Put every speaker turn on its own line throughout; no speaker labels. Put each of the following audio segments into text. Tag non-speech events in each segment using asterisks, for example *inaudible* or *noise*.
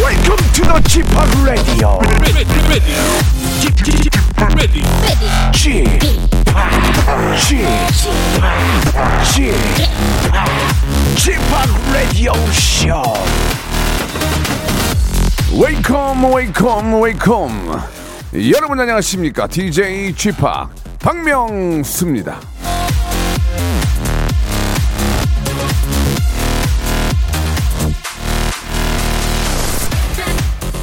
Welcome to the g p o p Radio.
ready, ready, ready, ready.
g p o p g p o p g p o p Radio Show. Welcome, welcome, welcome. 여러분 안녕하십니까? DJ g p o p 박명수입니다.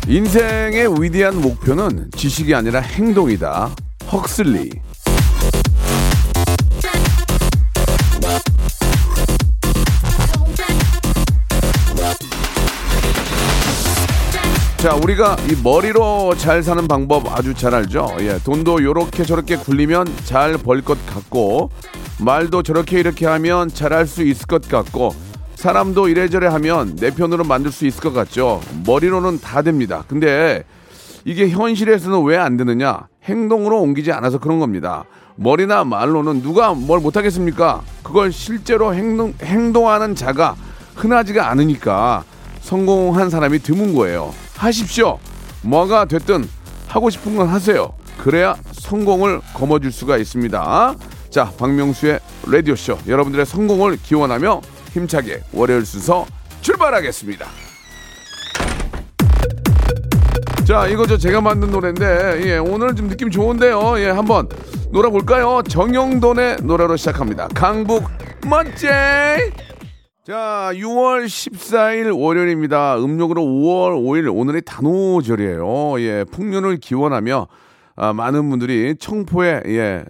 인생의 위대한 목표는 지식이 아니라 행동이다. 헉슬리. 자, 우리가 이 머리로 잘 사는 방법 아주 잘 알죠? 예, 돈도 요렇게 저렇게 굴리면 잘 벌 것 같고, 말도 저렇게 이렇게 하면 잘 할 수 있을 것 같고, 사람도 이래저래 하면 내 편으로 만들 수 있을 것 같죠? 머리로는 다 됩니다. 근데 이게 현실에서는 왜 안 되느냐? 행동으로 옮기지 않아서 그런 겁니다. 머리나 말로는 누가 뭘 못하겠습니까? 그걸 실제로 행동, 행동하는 자가 흔하지가 않으니까 성공한 사람이 드문 거예요. 하십시오. 뭐가 됐든 하고 싶은 건 하세요. 그래야 성공을 거머쥘 수가 있습니다. 자, 박명수의 라디오쇼. 여러분들의 성공을 기원하며 힘차게 월요일 순서 출발하겠습니다. 자, 이거 저 제가 만든 노래인데, 예, 오늘 좀 느낌 좋은데요. 예, 한번 놀아볼까요? 정영돈의 노래로 시작합니다. 강북 멋제! 자, 6월 14일 월요일입니다. 음력으로 5월 5일 오늘이 단오절이에요. 예, 풍년을 기원하며 아, 많은 분들이 청포에 예, 에,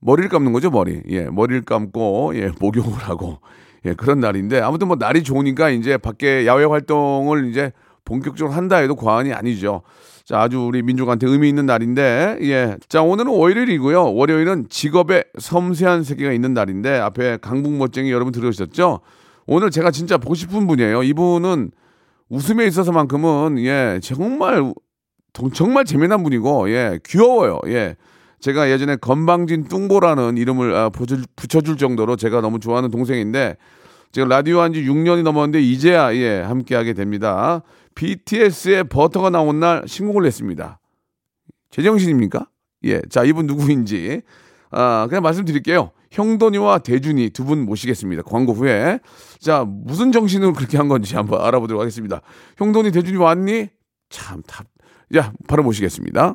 머리를 감는 거죠, 머리. 예, 머리를 감고 예, *laughs* 목욕을 하고 예, 그런 날인데 아무튼 뭐 날이 좋으니까 이제 밖에 야외 활동을 이제 본격적으로 한다 해도 과언이 아니죠. 자, 아주 우리 민족한테 의미 있는 날인데, 예. 자, 오늘은 월요일이고요. 월요일은 직업의 섬세한 세계가 있는 날인데, 앞에 강북 멋쟁이 여러분 들으셨죠? 오늘 제가 진짜 보고 싶은 분이에요. 이분은 웃음에 있어서만큼은, 예, 정말, 동- 정말 재미난 분이고, 예, 귀여워요. 예. 제가 예전에 건방진 뚱보라는 이름을 아, 붙여줄- 붙여줄 정도로 제가 너무 좋아하는 동생인데, 제가 라디오 한 지 6년이 넘었는데 이제야 예, 함께하게 됩니다. BTS의 버터가 나온 날 신곡을 냈습니다. 제정신입니까? 예, 자 이분 누구인지 아 그냥 말씀드릴게요. 형돈이와 대준이 두 분 모시겠습니다. 광고 후에 자 무슨 정신으로 그렇게 한 건지 한번 알아보도록 하겠습니다. 형돈이 대준이 왔니? 참 답. 야 바로 모시겠습니다.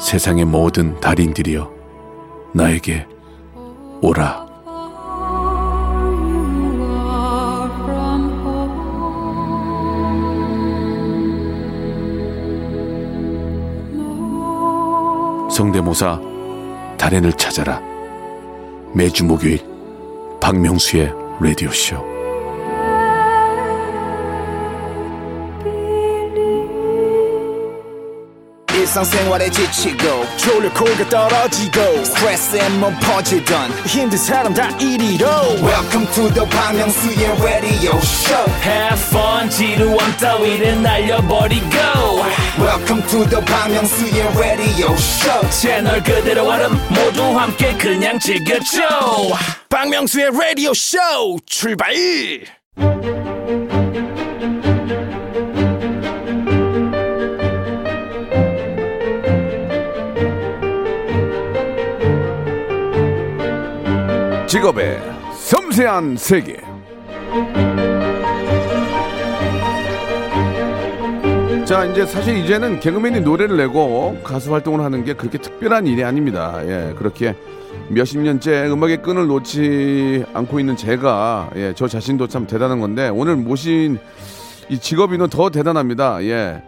세상의 모든 달인들이여, 나에게 오라.
far you are from home.
성대모사 달인을 찾아라 매주 목요일 박명수의 라디오 쇼.
일상생활에 지치고, 졸려 코가 떨어지고, 스트레스에 몸 퍼지던, 힘든 사람 다 이리로. welcome to the Bang Myung-soo's radio show
Have fun 지루함 따위를 날려버리고
welcome to the Bang Myung-soo's radio show
채널 그대로 와름 모두 함께 그냥 즐겨줘
박명수의 radio show 출발
직업의 섬세한 세계. 자, 이제 사실 이제는 개그맨이 노래를 내고 가수 활동을 하는 게 그렇게 특별한 일이 아닙니다. 예, 그렇게 몇십 년째 음악의 끈을 놓지 않고 있는 제가, 예, 저 자신도 참 대단한 건데, 오늘 모신 이 직업인은 더 대단합니다. 예.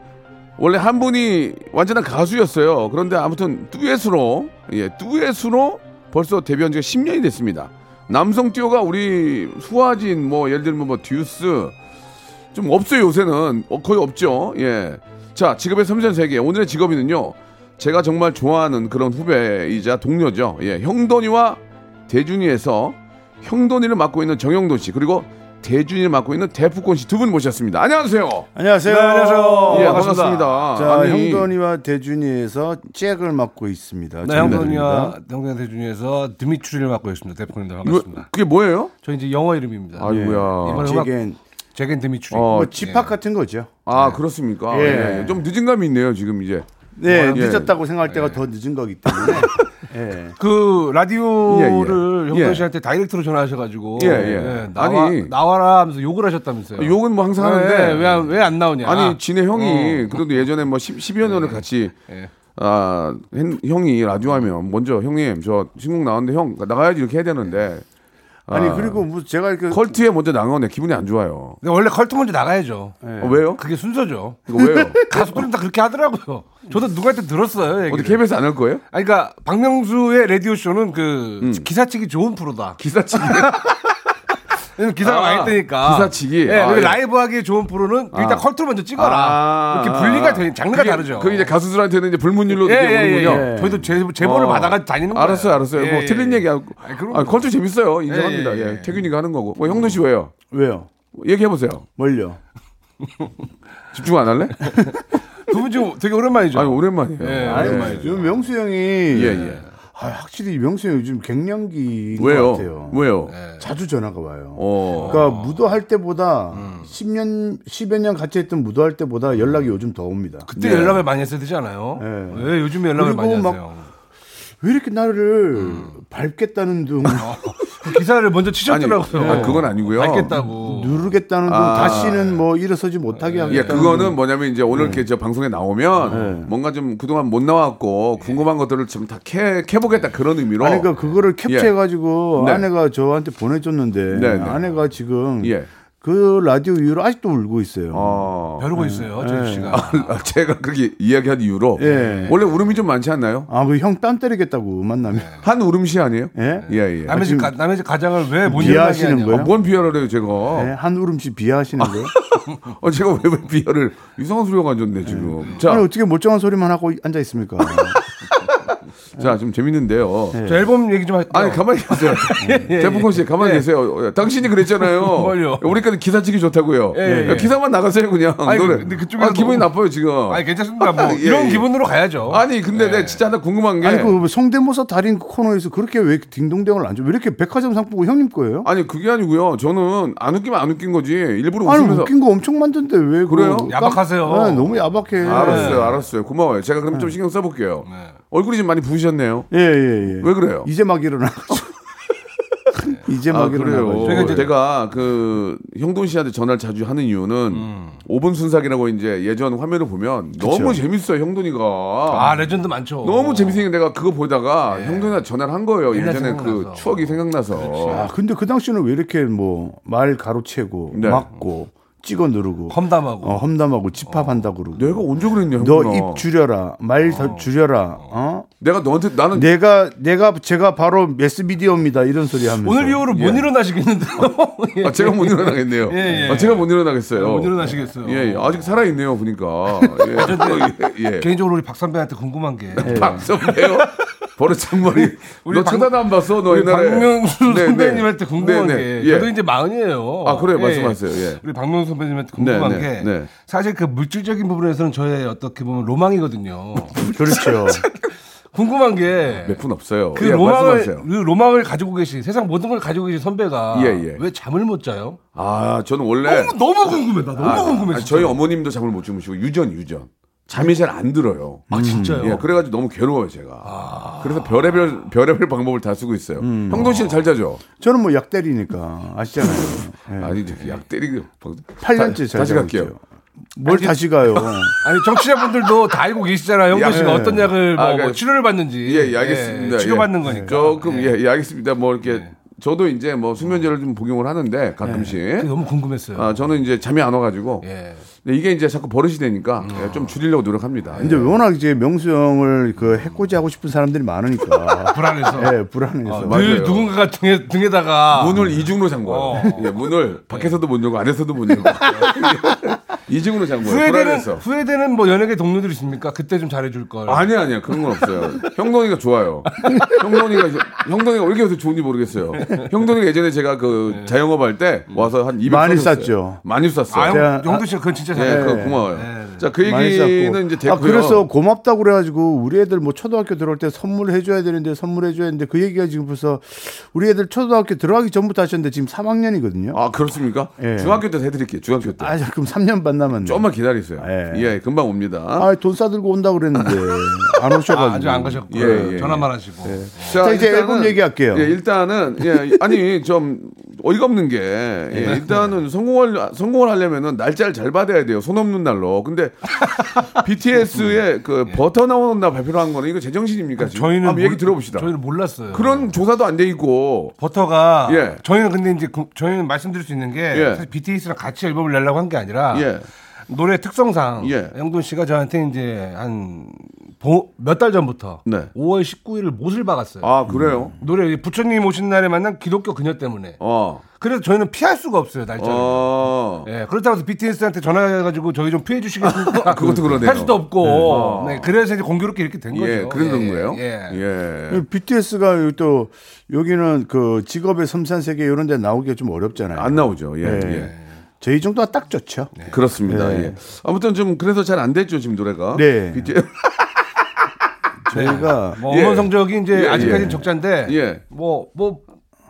원래 한 분이 완전한 가수였어요. 그런데 아무튼 듀엣으로 예, 듀엣으로 벌써 데뷔한 지가 10년이 됐습니다. 남성 듀오가 우리 수아진 뭐 예를 들면 뭐 듀스 좀 없어요 요새는 어, 거의 없죠. 예. 자 직업의 섬세한 세계 오늘의 직업인은요. 제가 정말 좋아하는 그런 후배이자 동료죠. 예, 형돈이와 대준이에서 형돈이를 맡고 있는 정영돈 씨 그리고 대준이를 맡고 있는 대프콘 씨 두 분 모셨습니다. 안녕하세요.
네, 안녕하세요.
예, 반갑습니다.
자,
아니,
형돈이와 대준이에서 잭을 맡고 있습니다.
네, 형돈이와 형돈 대준이에서 드미추리를 맡고 있습니다. 대표님들
이거-
반갑습니다. 예.
그게 뭐예요?
저 이제 영어 이름입니다.
아이고야.
이번에
어,
네.
잭엔
제겐 드미추리.
어,
뭐 집합 같은 거죠.
네.
아 그렇습니까?
예.
예, 좀 늦은 감이 있네요 지금 이제.
네,
예.
늦었다고 생각할 때가 더 늦은 거기
*laughs*
때문에. 예.
그 라디오를
예, 예. 예.
형돈 씨한테 다이렉트로 전화하셔가지고
예, 예.
나와,
아니.
나와라 하면서 욕을 하셨다면서요.
욕은 뭐 항상 하는데
어. 네, 왜 왜 안 나오냐?
아니 진해 형이 그래도 예전에 뭐 10, 10여 년을 같이
예.
아 hen- 형이 라디오 하면 먼저 형님 저 신곡 나왔는데 형 나가야지 이렇게 해야 되는데
아니 그리고 뭐 제가 이렇게
컬트에 먼저 나가네 기분이 안 좋아요.
근데 원래 컬트 먼저 나가야죠.
어, 왜요?
네. 그게 순서죠.
이거 왜요?
가수들은 다 *laughs* 그렇게 하더라고요. 저도 누구한테 들었어요. 얘기를.
어디 KBS 안 할 거예요?
아니, 그러니까 박명수의 라디오 쇼는 그 기사치기 좋은 프로다. *laughs*
기사치기.
왜냐면 기사가
아,
많이 뜨니까.
기사치기.
예,
아,
그리고
예.
라이브 하기에 좋은 프로는 일단 컬트를 먼저 찍어라.
아,
이렇게 분리가
아.
되는 장르가
그게-
다르죠.
그게 이제 가수들한테는 이제 불문율로
예,
되게
예, 예,
오는군요.
예. 저희도 제, 제보를
어.
받아가지고 다니는 거예요.
알았어요, 알았어요. 뭐 틀린 얘기하고.
아니, 그럼요.
아, 컬트 재밌어요. 인정합니다. 예,
예, 예, 예.
태균이가 하는 거고. 뭐 형도 씨 왜요?
왜요?
얘기해 보세요.
뭘요?
집중 안 할래?
두분 지금 되게 오랜만이죠.
아니 오랜만이에요.
예,
예.
오랜만이죠.
네. 요 명수 형이
예.
아, 확실히 명수 형 요즘 갱년기인 것
왜요?
같아요.
왜요?
자주 전화가 와요.
어. 음.
그러니까 무도할 때보다 10년 10여 년 같이 했던 무도할 때보다 연락이 요즘 더 옵니다.
그때
예.
연락을 많이 했어야 되지 않아요?
예.
왜 요즘에 연락을
그리고
많이
막-
하세요?
왜 이렇게 나를
음. *laughs*
밟겠다는 둥
그 기사를 먼저
아니,
치셨더라고요.
아, 그건 아니고요.
알겠다고.
누르겠다는 둥
아.
다시는 뭐 일어서지 못하게 하겠다.
예, 그거는 뭐냐면 이제 오늘
네.
이렇게 저 방송에 나오면 뭔가 좀 그동안 못 나왔고 궁금한 것들을 좀 다 캐, 캐보겠다 그런 의미로.
아니 그러니까 그거를 캡처해가지고
예. 네.
아내가 저한테 보내줬는데
네, 네.
아내가 지금
예.
그 라디오 이후로 아직도 울고 있어요.
어. *laughs*
벼르고 있어요, 제주 씨가.
아, 제가 그렇게 이야기한 이유로
예.
원래 울음이 좀 많지 않나요?
아 그 형 땀 때리겠다고 만나면
한 울음씨 아니에요?
예?
예, 예.
*laughs* 남의 집,
지금
가, 남의 집 가장을 왜못
비하하시는
아,
거예요?
뭔 비하를 해요, 아, 제가?
예, 한 울음씩 비하하시는 거예요?
어, 제가 왜, 왜 비하를 이상한 소리가 안 좋네 지금. 자,
아니 어떻게 멀쩡한 소리만 하고 앉아
*laughs*
있습니까?
예. 자, 좀 재밌는데요.
네.
저 앨범 얘기 좀 어. 할게요.
아니 가만히
*laughs*
계세요.
예,
대풍권 씨 가만히 계세요. 어, 당신이
뭘요?
그랬잖아요. 우리까지 기사치기 좋다고요.
예, 예.
기사만 나가세요 그냥.
아니,
노래.
근데 그쪽에서
아, 기분이
너무-
나빠요 지금.
아니, 예.
*laughs*
괜찮습니다. 뭐
예,
이런
예.
기분으로 가야죠.
아니 근데 내가 진짜 하나 궁금한 게
아니
아니, 그...
그 성대모사 달인 코너에서 그렇게 왜 딩동댕을 안 줘? 왜 이렇게 백화점 상품권 형님 거예요?
게 아니고요. 저는 안 웃기면 안 웃긴 거지 일부러
아니
웃으면서.
웃긴 거 엄청 만든데 왜
그래요?
그거 깜-
야박하세요.
네, 너무 야박해.
예.
알았어요, 알았어요. 고마워요. 제가 그럼 좀 신경 써볼게요.
네.
얼굴이 좀 많이 부으셨네요.
예예예.
왜 그래요?
이제 막 일어나.
*laughs*
이제 막
아
일어나.
그래요.
저희가 네, 이제-
제가 그 형돈 씨한테 전화를 자주 하는 이유는
음.
오 5분 순삭이라고 이제 예전 화면을 보면 너무 재밌어요 형돈이가.
아, 레전드 많죠.
너무 재밌으니까 내가 그거 보다가 형돈이한테 전화를 한 거예요.
예. 옛날
예전에 그
생각나서.
추억이 생각나서.
아 근데 그 당시는 왜 이렇게 뭐 말 가로채고
네.
막고 찍어 누르고
험담하고.
어, 험담하고 집합한다고 그러고.
내가 언제 네, 그랬냐
너
형돈아.
입 줄여라, 말 더 줄여라. 어?
내가 너한테 나는
내가 내가 제가 바로 메스미디어입니다 이런 소리 하면서.
오늘 이후로 못 일어나시겠는데요? *laughs* 예.
아, 제가
*laughs*
못 일어나겠네요.
예, 예.
아, 제가 못 일어나겠어요.
못 일어나시겠어요.
예, 예. 아직 살아 있네요 보니까.
*laughs*
예. 예. 예.
개인적으로 우리 박 선배한테 궁금한 게
네. 박선배요. 버릇 장머리.
우리
너
박-
쳐다도 안 봤어 너
우리
옛날에.
박명수
네, 네.
선배님한테 궁금한
네, 네.
게
예.
저도 이제 마흔이에요.
아, 그래요? 말씀하세요. 예.
우리 박명수 선배님한테 궁금한
네, 네,
게
네.
사실 그 물질적인 부분에서는 저의 어떻게
*laughs*
보면 로망이거든요.
그렇죠.
*laughs* 궁금한 게
몇 분 없어요.
그
예,
로망을
말씀하세요.
그 로망을 가지고 계신 세상 모든 걸 가지고 계신 선배가
예, 예.
왜 잠을 못 자요?
아, 저는 원래
너무, 너무 궁금해 나 너무 궁금해.
아,
진짜.
저희 어머님도 잠을 못 주무시고 유전 유전. 잠이 잘 안 들어요.
아 진짜요?
예, 그래가지고 너무 괴로워요 제가. 그래서 별의별 별의별 방법을 다 쓰고 있어요. 형돈 씨는 잘 자죠?
저는 뭐 약 때리니까 아시잖아요.
*laughs*
예.
아니 이제 약 때리고
팔 년째
다-
잘
다시
자고
갈게요.
있어요. 뭘 다시 가요?
*laughs* 아니 네, 정치자분들도 다 알고 계시잖아요.
야,
형도 씨가
예.
어떤 약을
아,
뭐,
그러니까-
치료를 받는지
예, 예, 알겠습니다.
예, 치료받는
예.
거니까
조금 예, 예, 알겠습니다. 뭐 이렇게 저도 이제 뭐 수면제를 좀 복용을 하는데 가끔씩.
그게 너무 궁금했어요.
아, 저는 이제 잠이 안 와가지고.
예.
근데 이게 이제 자꾸 버릇이 되니까 예, 좀 줄이려고 노력합니다. 예.
근데
네.
워낙 이제 명수 형을 그 해코지하고 싶은 사람들이
*laughs*
많으니까
불안해서.
예, 불안해서.
맞- 맞아요.
늘 누군가가 등에, 등에다가
문을 이중으로 잠궈요.
어.
예, 문을 밖에서도 못 열고 안에서도 못 열고 *laughs* 이중으로 잠궈요.
후회되는
불안해서.
후회되는 뭐 연예계 동료들 있습니까? 그때 좀 잘해줄 걸.
아니 아니야 그런 건 없어요. 형돈이가 좋아요. 형돈이가 형돈이가 왜 이렇게 좋은지 모르겠어요. 형돈이가 예전에 제가 그
네.
자영업 할 때 와서 한 200.
많이
써줬어요.
쌌죠.
많이 쌌어요.
음. 아유,
제가-
영도 씨 그건 진짜
예,
잘해.
그거 고마워요.
네.
자, 그
많이 쌓고.
얘기는 이제 됐고요.
아, 그래서 고맙다고 그래가지고 우리 애들 뭐 초등학교 들어올 때 선물해줘야 되는데 선물해줘야 되는데 그 얘기가 지금 벌써 우리 애들 초등학교 들어가기 전부터 하셨는데 지금 3학년이거든요.
아, 그렇습니까?
예.
중학교 때 해드릴게요. 중학교 때.
아, 자, 그럼 3년 반 남았네.
네. 조금만 기다리세요.
예.
예, 금방 옵니다.
아, 돈 싸들고 온다고 그랬는데 안 오셔가지고.
아, 아직 안 가셨고
예, 예, 예.
전화만 하시고.
자,
자, 이제 앨범 얘기할게요.
예, 일단은 예, 아니 좀 어이가 없는 게 예, 일단은 성공을 성공을 하려면은 날짜를 잘 받아야 돼요. 손 없는 날로. 근데 BTS의 그 버터 나오는 날 발표를 한 거는 이거 제정신입니까? 지금?
저희는
한번 얘기
몰-
들어봅시다.
아, 뭐 저희는 몰랐어요.
그런 조사도 안 돼 있고
버터가
예.
저희는 근데 이제 그- 저희는 말씀드릴 수 있는 게
예.
사실 BTS랑 같이 앨범을 내려고 한 게 아니라
예.
노래 특성상
예.
영돈 씨가 저한테 이제 한 몇 달 전부터
네.
5월 19일을 못을 박았어요.
아 그래요?
노래 부처님 오신 날에 만난 기독교 그녀 때문에.
어.
그래서 저희는 피할 수가 없어요 날짜를.
어.
예, 그렇다고 해서 BTS한테 전화해가지고 저희 좀 피해 주시겠습니까?
*laughs* 그것도 그러네요. 어.
할 수도 없고. 네, 그래서 이제 공교롭게 이렇게 된 거죠.
예, 그래서 그런
예,
거예요.
예.
예.
BTS가 또 여기는 그 직업의 섬산세계 이런 데 나오기가 좀 어렵잖아요. 네.
안 나오죠. 예. 예.
저희 정도가 딱 좋죠.
그렇습니다.
네.
예. 아무튼 좀 그래서 잘 안 됐죠 지금 노래가.
네.
BTS
저희가
뭐
예.
음원 성적이 이제
예,
아직까지는
예.
적자인데
예.
뭐뭐 뭐,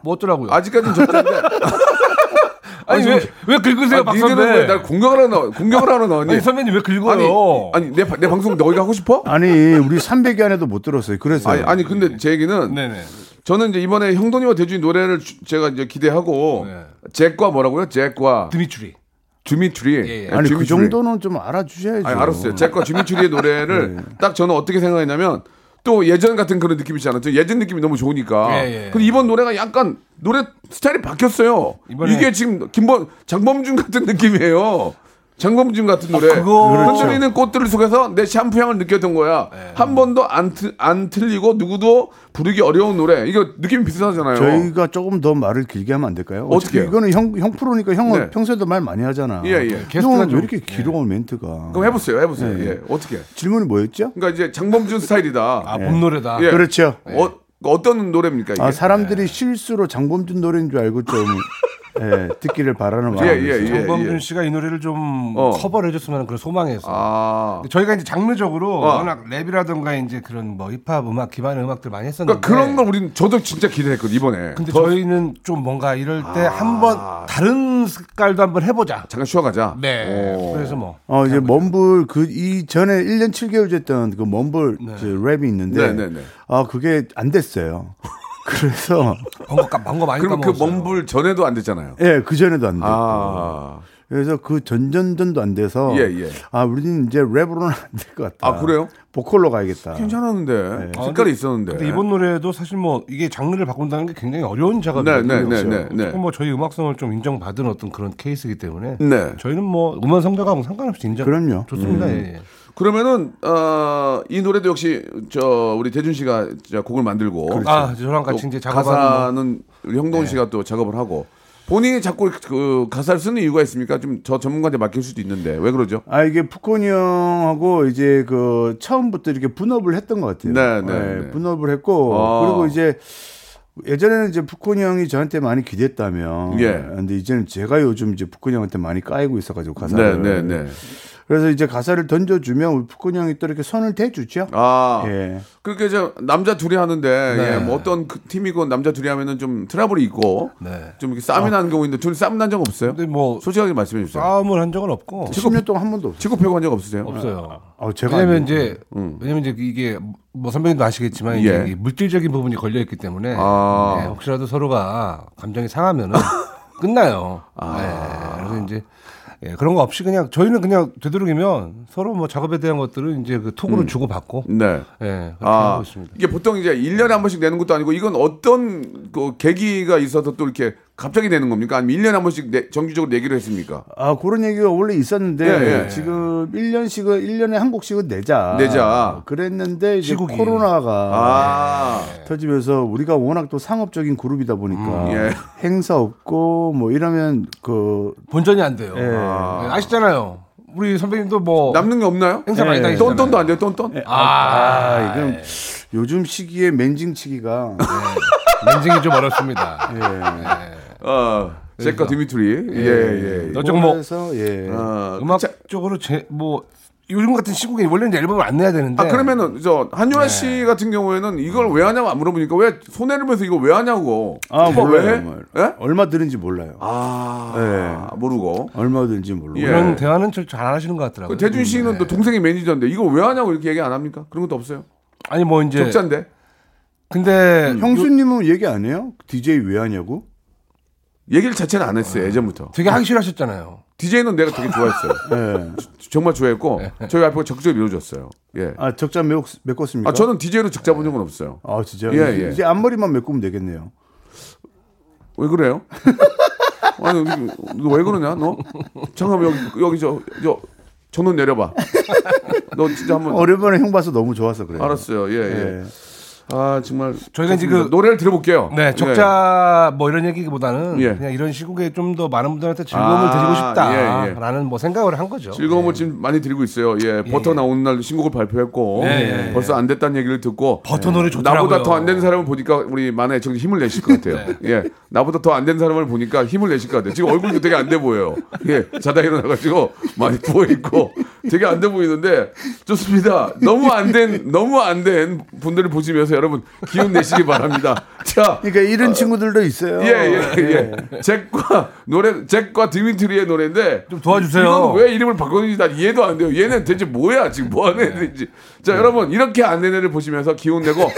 뭐 어쩌라고요?
아직까지는 적자인데.
*laughs* 아니
아니,
왜 왜 긁으세요,
아,
박
니들은
선배?
왜날 공격을 하나 공격을 하러 나왔니?
아니 선배님 왜 긁어요?
아니, 아니 내, 바- 내 방송 너희가 하고 싶어?
아니 우리 300위 안에도 못 들었어요. 그래서
아니, 아니 근데 제 얘기는
네. 네네.
저는 이제 이번에 형돈이와 대준이 노래를 주- 제가 이제 기대하고
네.
잭과 뭐라고요? 잭과
드미추리.
주미추리.
예.
네,
아니, 그
주미추리.
정도는 좀 알아주셔야죠. 네.
아니, 알았어요. 잭과 주미추리의
*laughs*
노래를 딱 저는 어떻게 생각했냐면 또 예전 같은 그런 느낌이지 않았죠? 예전 느낌이 너무 좋으니까.
예, 예.
근데 이번 노래가 약간 노래 스타일이 바뀌었어요.
이번에-
이게 지금 김범 장범준 같은 느낌이에요. 장범준 같은 노래.
그거- 그렇죠.
흔들리는 꽃들 속에서 내 샴푸 향을 느꼈던 거야.
네.
한 번도 안, 틀, 안 틀리고 누구도 부르기 어려운 노래. 이거 느낌이 비슷하잖아요.
저희가 조금 더 말을 길게 하면 안 될까요?
어떻게요?
어차피 이거는 형, 형 프로니까 형은
네.
평소에도 말 많이 하잖아.
예, 예.
게스트가
형은
좀- 네.
왜 이렇게 길어 멘트가?
그럼 해보세요. 해보세요.
네.
예. 어떻게?
질문이 뭐였죠?
그러니까 이제 장범준 스타일이다.
아, 네. 봄 노래다.
예. 네.
그렇죠.
어, 어떤 노래입니까? 이게?
아, 사람들이 실수로 장범준 노래인 줄
*laughs*
알고 좀 예, 듣기를 바라는 마음.
예, 예.
정범준 씨가 이 노래를 좀
어.
커버를 해줬으면 하는 그런 소망에서.
아.
근데 저희가 이제 장르적으로
어.
워낙 랩이라든가 이제 그런 뭐 힙합 음악 기반의 음악들 많이 했었는데.
그러니까 그런 걸 우리는 저도 진짜 기대했거든 이번에.
네. 근데 저희는 좀 뭔가 이럴
아.
때 한번 다른 색깔도 한번 해보자.
잠깐 쉬어가자.
네.
오.
그래서 뭐
어, 이제 먼불 그 이전에 1년 7개월 됐던 그 먼불 저 랩이 있는데
네, 네, 네.
아, 그게
*laughs*
안 됐어요. 그래서
번거 까- 번거 많이
그럼 그
까먹었어요.
멈불 전에도 안 됐잖아요.
예, 그 전에도 안 됐고.
아.
그래서 그 전전전도 안 돼서
예, 예.
아, 우리는 이제 랩으로는 안 될 것 같다.
아, 그래요?
보컬로 가야겠다.
괜찮았는데
네. 아,
색깔이
근데-
있었는데.
근데 이번 노래도 사실 뭐 이게 장르를 바꾼다는 게 굉장히 어려운 작업이거든요.
네, 네, 네, 네, 네.
조금 뭐 저희 음악성을 좀 인정받은 어떤 그런 케이스이기 때문에
네.
저희는 뭐 음원 성적하고 상관없이 인정.
그럼요. 음.
좋습니다. 예, 예.
그러면은 어, 이 노래도 역시 저 우리 대준 씨가 진짜 곡을 만들고
아,
그렇죠.
저랑 같이
또
이제 작업하는 네.
가사는 우리 형동 씨가 또 작업을 하고 본인이 자꾸 그 가사를 쓰는 이유가 있습니까? 좀 저 전문가한테 맡길 수도 있는데 왜 그러죠?
아 이게 푸콘이 형하고 이제 그 처음부터 이렇게 분업을 했던 것 같아요.
네, 네,
예,
네.
분업을 했고
아.
그리고 이제 예전에는 이제 푸콘이 형이 저한테 많이 기댔다면,
예.
근데 이제는 제가 요즘 이제 푸콘이 형한테 많이 까이고 있어가지고
네,
가사를.
네, 네.
그래서 이제 가사를 던져주면 우리 푸콘이 형이 또 이렇게 손을 대주죠.
아,
예.
그렇게 이제 남자 둘이 하는데 예, 뭐 어떤 그 팀이고 남자 둘이 하면은 좀 트러블이 있고
네.
좀 이렇게 싸움이 나는 경우 있는데 둘 싸움 난 적 없어요?
근데 뭐
솔직하게 말씀해 주세요.
싸움을 한 적은 없고
10년 동안 한 번도 없어요.
치고 패고 한 적 없으세요?
없어요.
아, 제가
왜냐면
안 돼요.
이제 왜냐면 이제 이게 뭐 선배님도 아시겠지만 이제
예.
이 물질적인 부분이 걸려 있기 때문에
아.
네, 혹시라도 서로가 감정이 상하면은 끝나요. 네, 그래서 이제 예, 그런 거 없이 그냥 저희는 그냥 되도록이면 서로 뭐 작업에 대한 것들은 이제 그 톡으로 주고 받고
네.
예, 그렇게
아,
하고 있습니다.
이게 보통 이제 1년에 한 번씩 내는 것도 아니고 이건 어떤 그 계기가 있어서 또 이렇게 갑자기 내는 겁니까? 아니면 1년에 한 번씩 내, 정기적으로 내기로 했습니까?
아, 그런 얘기가 원래 있었는데
예, 예.
지금 1년씩은 1년에 한 곡씩은 내자. 어,
내자.
그랬는데 이제
시국이.
코로나가
아,
터지면서 우리가 워낙 또 상업적인 그룹이다 보니까
예.
행사 없고 뭐 이러면 그
본전이 안 돼요.
예.
예, 아시잖아요. 우리 선배님도 뭐
남는 게 없나요?
행사 많이
예.
다니잖아요. 예.
똔똔도 안 돼요, 똔똔?
아,
아,
이건
예.
요즘 시기에 맨징 치기가
네.
뭐
인증이 좀 어렵습니다.
어, 제카 디미트리. 예, 예. 예.
어쩌고 뭐
그래서 예.
어,
음악
자,
쪽으로 제 뭐 요즘 같은 시국에 원래는 이제 앨범을 안 내야 되는데
아
네.
그러면은 저 한효아 씨 같은 경우에는 이걸 왜 하냐고 안 물어보니까 왜 손해를 보면서 이거 왜 하냐고.
아,
오빠 어, 왜? 해?
몰라요.
예?
얼마 드는지 몰라요.
아, 모르고.
얼마 드는지 몰라요.
예.
이런 대화는 잘안 하시는 것 같더라고요. 음.
그 대준 씨는
네.
또 동생이 매니저인데 이거 왜 하냐고 이렇게 얘기 안 합니까? 그런 것도 없어요.
아니 뭐
네.
이제
적자인데. 음.
근데
형수님은 얘기 안 해요? DJ 왜 하냐고?
얘기를 자체를 안 했어요 예전부터.
네.
되게 하기 싫어하셨잖아요.
DJ는 내가 되게
*laughs*
좋아했어요.
예.
정말 좋아했고 저희 와이프가 적극적으로 밀어줬어요. 예.
네. 아, 그러니까? 적자 메- 메꿨습니까?
아 저는 DJ로 적자 본 적은 없어요.
아, 진짜요?
예, 예.
이제 앞머리만 메꾸면 되겠네요.
왜 그래요? *laughs* 아니 너 왜 그러냐 너? 잠깐만 여기 여기 저저 전원 내려봐. 너 진짜 한번
오랜만에 형 봐서 너무 좋아서 그래요.
알았어요. 예, 예.
예.
아 정말
저희가 이제
좋습니다.
그-
노래를 들어볼게요.
네, 적자 뭐 이런 얘기보다는
예.
그냥 이런 시국에 좀 더 많은 분들한테 즐거움을
아,
드리고
예, 예.
싶다라는 뭐 생각을 한 거죠.
예. 즐거움을 지금 많이 드리고 있어요. 예, 버터 나오는 날 신곡을 발표했고
예, 예,
벌써 안 됐다는 얘기를 듣고 예.
버터 노래 좋더라고요.
나보다 더 안 된 사람을 보니까 우리 만화의 정 힘을 내실 것
*laughs*
같아요.
네.
예, 나보다 더 안 된 사람을 보니까 힘을 내실 것 같아요. 지금 얼굴도 되게 안 돼 보여요. 예, 자다 일어나가지고 많이 부어 있고 되게 안 돼 보이는데 좋습니다. 너무 안 된 너무 안 된 분들을 보시면서 여러분 기운 내시기 바랍니다. 자,
그러니까 이런 친구들도 있어요.
아. 예, 예, 예. 잭과 노래, 잭과 디미트리의 노래인데.
좀 도와주세요.
이건 왜 이름을 바꿨는지 난 이해도 안 돼요. 얘는 대체 뭐야? 지금 뭐 하는
네.
애들인지. 자, 여러분, 이렇게 안내를 보시면서 기운
*laughs*
내고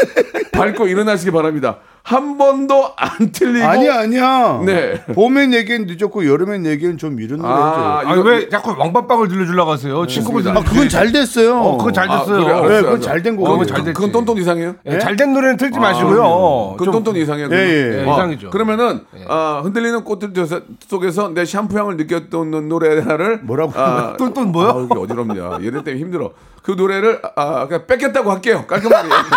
밝고 일어나시기 바랍니다. 한 번도 안 틀리고.
아니야, 아니야.
네.
봄엔 얘기는 늦었고 여름엔 얘기는 좀 이른 노래
아, 네,
해줘요.
네, 아니 왜 자꾸 왕밥빵을 들려주려고 하세요? 친구분들.
아, 그건 잘 됐어요.
어, 그건 잘
아,
됐어요.
그래, 알았어요,
네,
알았어요.
그건 잘 된
어,
거예요.
그건 잘 됐지.
그건 똔똔 이상해요? 아,
예, 잘된 노래는 틀지 마시고요.
그건 똔똔 이상해요. 그건.
예, 예.
예,
어,
이상이죠. 예.
그러면은 아, 흔들리는 꽃들 저- 속에서 내 샴푸 향을 느꼈던 노래 하나를
뭐라고?
아,
똔똔 뭐요?
아우, 이게 어지럽냐. 얘들 때문에 힘들어. 그 노래를 아, 그냥 뺏겼다고 할게요. 깔끔하게. *laughs*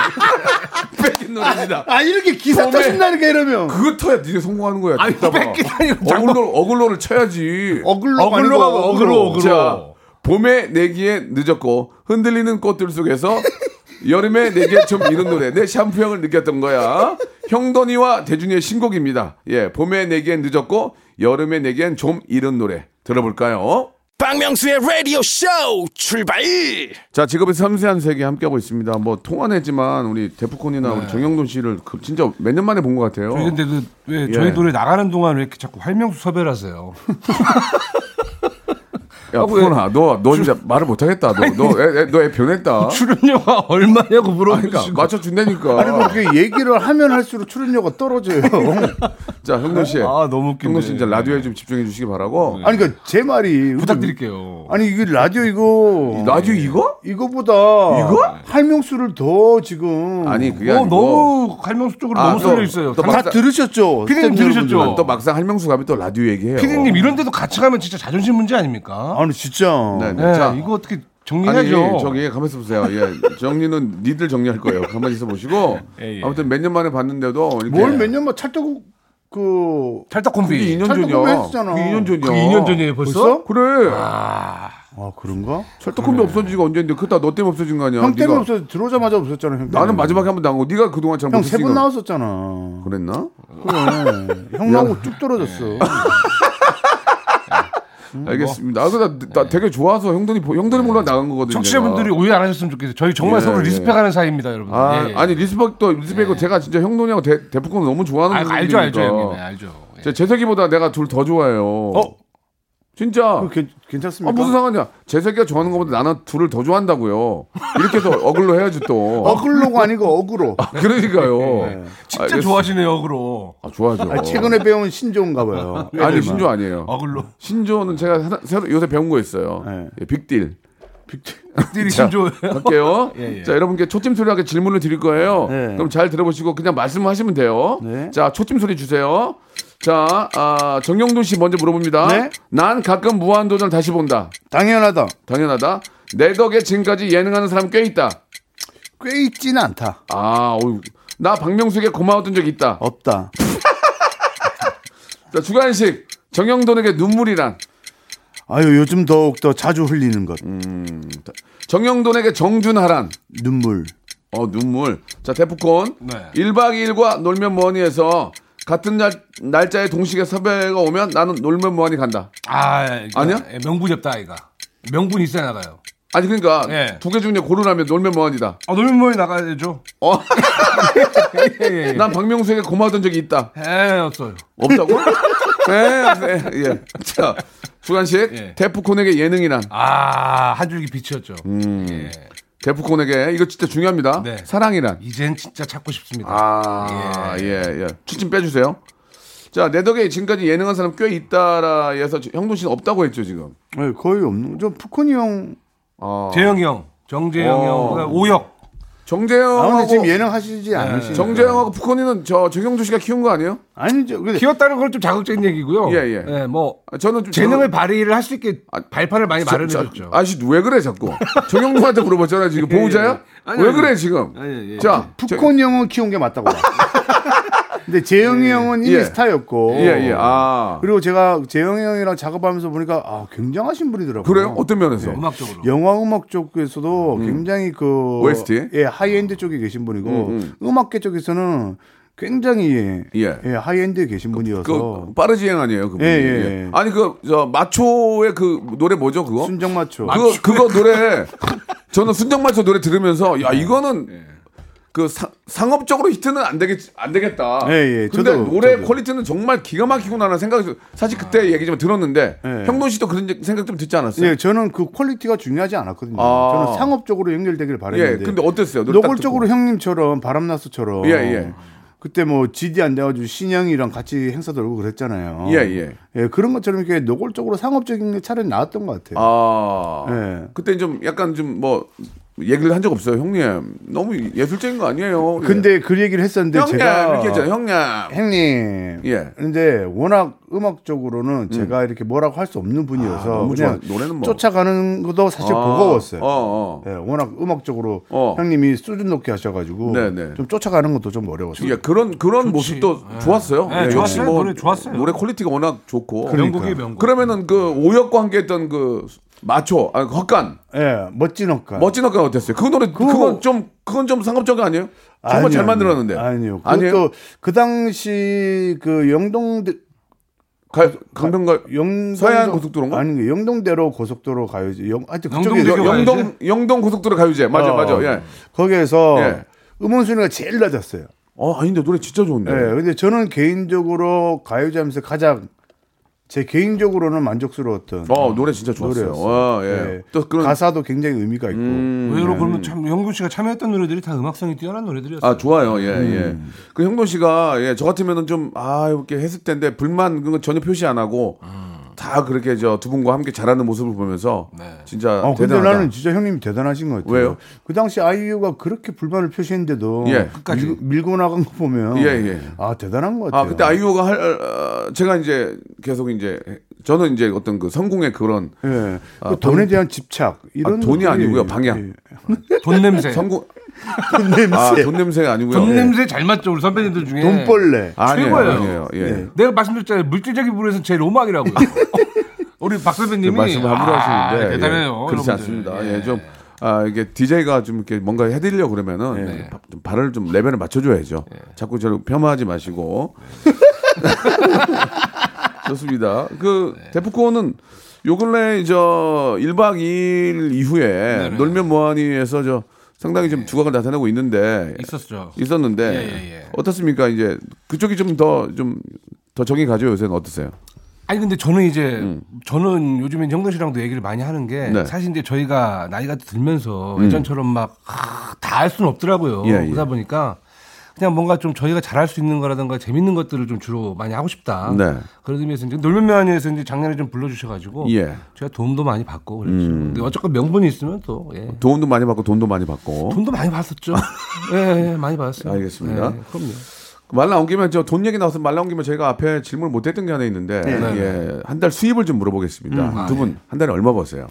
뺏긴 노래입니다.
아, 이렇게 기사
봄에-
짜신다니까 이러면.
그거 터야 니네 성공하는 거야.
아니,
듣다 봐.
뺏긴 아니고 장난-
어글로 어글로를 쳐야지.
어글로
어글로 가고 어글로 어글로.
자, 봄에 내기에 늦었고 흔들리는 꽃들
*laughs*
속에서 여름에 내기에 좀 이른 노래 내 샴푸향을 느꼈던 거야. 형돈이와 대준이의 신곡입니다. 예, 봄에 내기엔 늦었고 여름에 내기엔 좀 이른 노래 들어볼까요?
박명수의 라디오 쇼 출발
자, 직업의 섬세한 세계 함께하고 있습니다. 뭐 통화했지만 우리 데프콘이나 우리 정영돈 씨를 그- 진짜 몇 년 만에 본 것 같아요.
저희 네. 근데 그 왜 저희
예.
노래 나가는 동안 왜 이렇게 자꾸 활명수 섭외를 하세요?
야, 푸콘아, 너, 너 진짜 말을 못하겠다. 너, 너, 애, 애, 너 애 변했다.
출연료가
*laughs*
얼마냐고 물어보니까
그러니까 맞춰준다니까.
아니,
뭐-
그렇게 얘기를 하면 할수록 출연료가 떨어져요.
자, 형돈 씨.
아, 너무 웃기네. 네.
형돈 씨 이제 라디오에 좀 집중해 주시기 바라고.
아니, 그러니까 제 말이.
부탁드릴게요.
아니, 이게 라디오 이거.
라디오 이거?
이거보다 할명수를 더 지금
아니, 그게
어,
아니고.
너무 활명수 쪽으로
아,
너무
또-
쏠려 있어요.
또
다
막상-
들으셨죠?
피디님
스태프 여러분들.
들으셨죠?
아, 또 막상 할명수 가면 또 라디오 얘기해요.
피디님 이런 데도 같이 가면 진짜 자존심 문제 아닙니까?
아니 진짜
네, 네.
네,
자,
이거 어떻게
아니,
정리해야죠.
저기 가만있어 보세요. 예, 정리는 니들 정리할 거예요. 가만히 있어 보시고.
예,
아무튼 몇 년 만에 봤는데도 이렇게
뭘 몇 년만 뭐 찰떡 그
탈덕 콤비.
2년
찰떡
전이야.
콤비 했었잖아.
그게 2년 전이야.
그게 2년 전이에요 벌써?
그래.
아 그런가?
철떡콤비 없어진 지가 언제인데 그다 너 때문에 없어진 거 아니야?
형 때문에
네가-
없어 들어오자마자 없었잖아. 형 때문에.
나는 마지막에 한 번 당하고 네가 그동안 잘
형세
못했으니까.
번 나왔었잖아.
그랬나?
그래. 형 나오고 쭉
예.
떨어졌어. 음?
알겠습니다. 아, 그나 나 되게 좋아서 형돈이 보- 형돈이 몰라 나간 거거든요.
네. 청취자분들이
내가.
오해 안 하셨으면 좋겠어요. 저희 정말
예,
서로
예.
리스펙하는 사이입니다, 여러분.
아,
예, 예.
아니 리스펙도 리스펙이고 제가 진짜 형돈이하고 대, 대프콘 너무
네. 아,
좋아하는
알죠, 알죠,
분들이니까.
형님, 네, 알죠. 예.
제 재석이보다 내가 둘 더 좋아해요.
어?
진짜.
그거 괜- 괜찮습니까?
아, 무슨 상관이야? 제 새끼가 좋아하는 것보다 나는 둘을 더 좋아한다고요. 이렇게 해서 *laughs* 어글로 해야지 또.
어글로가 아니고 어그로.
아, 그러니까요.
진짜
알겠-
좋아하시네요 어그로
아, 좋아하죠.
아, 최근에 배운 신조인가 봐요.
아니, 신조 아니에요. *laughs*
어글로
신조는 제가 하나- 새로 요새 배운 거 있어요.
네.
예, 빅딜.
띠리 신조
*laughs* 갈게요.
예, 예.
자, 여러분께 초침 소리하게 질문을 드릴 거예요.
네.
그럼 잘 들어보시고 그냥 말씀하시면 돼요.
네.
자, 초침 소리 주세요. 자, 아, 정영돈 씨 먼저 물어봅니다.
네.
난 가끔 무한도전 다시 본다.
당연하다.
당연하다. 내 덕에 지금까지 예능하는 사람 꽤 있다.
꽤 있지는 않다.
아, 어휴. 나 박명숙에 고마웠던 적
어.
있다.
없다.
자, 주간식 정영돈에게 눈물이란
아유 요즘 더욱 더 자주 흘리는 것.
음. 정영돈에게 정준하란
눈물.
어 눈물 자 데프콘
네.
1박 2일과 놀면 뭐하니에서 같은 날, 날짜에 동시에 섭외가 오면 나는 놀면 뭐하니 간다
아 그러니까
아니야?
예, 명분이 없다 아이가 명분이 있어야 나가요
아니 그러니까
예.
두 개 중에 고르라면 놀면 뭐하니다
아 놀면 뭐에 나가야죠
어?
예, 예, 예.
난 박명수에게 고마웠던 적이 있다
에 없어요
없다고?
*laughs*
네, 네, 예. 자 주간식
예.
데프콘에게 예능이란
아한 줄기 빛이었죠
음.
예.
데프콘에게 이거 진짜 중요합니다
네.
사랑이란
이젠 진짜 찾고 싶습니다
아, 예, 예. 추침 빼주세요. 자, 내 덕에 지금까지 예능한 사람 꽤 있다라 해서 지- 형돈 씨는 없다고 했죠, 지금.
네, 거의 없는. 저 푸콘이 형.
아.
재영이 형 정재영
어.
형 그다음 오혁
아
정재영하고
근데 지금 예능 하시지 않으시죠?
어. 정재영하고 푸코니는 저 정영주 씨가 키운 거 아니에요?
아니죠. 근데
키웠다는 건 좀 자극적인 얘기고요
예, 예.
뭐
아, 저는 좀
재능을
저는-
발휘를 할 수 있게 발판을 많이
저- 저-
마련해줬죠 예,
아씨 왜 그래 자꾸? 정영주한테 물어봤잖아
*laughs*
지금 보호자야?
아니,
왜
아니.
그래 지금?
아니, 예,
자, 저-
푸콘 형은 키운 게
*laughs*
맞다고. 봐요. 근데 재영이 형은 이미
예.
스타였고.
예, 예. 아.
그리고 제가 재영이 형이랑 작업하면서 보니까 아 굉장하신 분이더라고요.
그래요? 어떤
예,
면에서?
음악적으로
영화 음악 쪽에서도 굉장히 그
OST?
예 하이엔드 쪽에 계신 분이고 음, 악계 쪽에서는 굉장히 예,
예.
예, 하이엔드에 계신 분이어서
그 빠르지행 아니에요, 그분.
예, 예, 예.
아니 그 저 마초의 그 노래 뭐죠, 그거?
순정 맞춰
그거 그거 노래 저는 순정마초 노래 들으면서
네.
야 이거는 그 사- 상업적으로 히트는 안 되겠 안 되겠다.
예, 예,
근데
저도,
노래
저도.
퀄리티는 정말 기가 막히구나라는 생각이 사실 그때 얘기 좀 들었는데
예.
형돈 씨도 그런 얘기- 생각 좀 듣지 않았어요?
예, 저는 그 퀄리티가 중요하지 않았거든요.
아.
저는 상업적으로 연결되길
예.
바랬는데.
근데 어땠어요? 노래 딱
노골적으로
듣고.
형님처럼 바람나스처럼
예, 예.
그때 뭐 GD 안 돼가지고 신영이랑 같이 행사 돌고 그랬잖아요.
예, 예.
그런 것처럼 이렇게 노골적으로 상업적인 게 차라리 나왔던 것 같아요.
아.
예.
그때 좀 약간 좀 뭐 얘기를 한 적 없어요, 형님. 너무 예술적인 거 아니에요? 예.
근데 그 얘기를 했었는데
형님
제가
이렇게 했잖아요, 형님.
형님.
예.
근데 워낙 음악적으로는 제가 이렇게 뭐라고 할 수 없는 분이어서
아, 너무
그냥
좋아. 노래는 뭐.
쫓아가는 것도 사실
아,
버거웠어요.
어, 어.
예, 워낙 음악적으로
어.
형님이 수준 높게 하셔가지고
네네.
좀 쫓아가는 것도 좀 어려웠어요.
예, 그런 그런 모습도 좋았어요.
예, 좋았어요. 노래 좋았어요.
노래 퀄리티가 워낙 좋고.
명곡이에요 명곡
그러면은 그 오역과 함께했던 그 마초, 아니 그 헛간,
예, 멋진 억가.
멋진 헛간 어땠어요? 그 노래 그건좀 그건 좀 상업적인 거 아니에요? 정말
아니요,
잘
아니요.
만들었는데.
아니요.
아니에요?
그것도 그 당시 그 영동
가- 강변가
영
서해안 고속도로인가?
아니 그 영동대로 고속도로 가요지. 영 하여튼 그쪽에
영동대교
영-
가요.
영동 영동 고속도로 가요제 맞아
어,
맞아 예.
거기에서
예.
음원 순위가 제일 낮았어요.
어 아닌데 노래 진짜 좋은데.
예. 근데 저는 개인적으로 가요제하면서 가장 제 개인적으로는 만족스러웠던
어 노래 진짜 좋았어요.
노래였어요.
와, 예.
예.
또 그런 음,
가사도 굉장히 의미가 있고
의외로 그러면 참 형균 씨가 참여했던 노래들이 다 음악성이 뛰어난 노래들이었어요.
아 좋아요 예
음.
예. 그 형돈 씨가 예, 저 같으면은 좀 아 이렇게 했을 텐데 불만 그런 거 전혀 표시 안 하고
아.
다 그렇게 저 두 분과 함께 잘하는 모습을 보면서
네.
진짜
아,
어, 근데
대단하다.
나는 진짜 형님이 대단하신 것 같아요.
왜요?
그 당시 아이유가 그렇게 불만을 표시했는데도
예.
끝까지.
밀, 고 나간 거 보면
예, 예.
아 대단한 것 같아요.
아 그때 아이유가 할 어, 제가 이제 계속 이제 저는 이제 어떤 그 성공의 그런
예. 그 돈에 대한 집착
아,
이런
돈이
것들이-
아니고요 방향
예. *laughs*
돈 냄새.
성공
돈 냄새,
*laughs*
아돈 냄새가 아니고요
네. 돈
예.
냄새 잘 맞죠 우리 선배님들
예.
중에.
돈벌레.
아니에요
최고예요. 네.
아니에요 예.
내가 말씀드렸잖아요 물질적인 부분에서 제일
*laughs*
오막이라고요. 우리 박
그
선배님이
말씀을 함부로
아,
하시는데 예,
대단해요.
그렇지
여러분들.
않습니다. 예, 좀 아, 이게 DJ가 좀 이렇게 뭔가 해드리려 고 그러면은
네.
바- 좀 발을 좀 레벨을 맞춰줘야죠.
예.
자꾸 저를 폄하하지 마시고.
네.
*laughs* 좋습니다. 그
네.
데프콘은 요 근래 저 1박 2일 이후에
네,
놀면 뭐하니에서 저 상당히 좀 주각을 나타내고 있는데
있었죠.
있었는데
예, 예, 예.
어떻습니까? 이제 그쪽이 좀 더 좀 더 정이 가죠 요새는 어떠세요?
아니 근데 저는 이제 저는 요즘엔 형돈 씨랑도 얘기를 많이 하는 게
음. 네. 음.
사실 이제 저희가 나이가 들면서 예전처럼 막 아, 다 알 수는 없더라고요.
예, 예.
그러다 보니까 그냥 뭔가 좀 저희가 잘할 수 있는 거라든가 재밌는 것들을 좀 주로 많이 하고 싶다.
네.
그런 의미에서 이제 놀면면에서 이제 작년에 좀
어.
불러주셔가지고
예. 음.
제가 도움도 많이 받고 그랬죠. 근데 어쨌건 명분이 있으면 또 예.
어, 돈도 많이 받고 돈도 많이 받고
돈도 많이
*laughs*
받았죠. 예, 예, 많이 받았어요.
알겠습니다.
예, 그럼요.
말 나온 김에 저 돈 얘기 나와서 말 나온 김에 저희가 앞에 질문을 못 했던 게 하나 있는데
네.
예, 한 달 수입을 좀 물어보겠습니다.
음.
두 분 한 달에 얼마 버세요?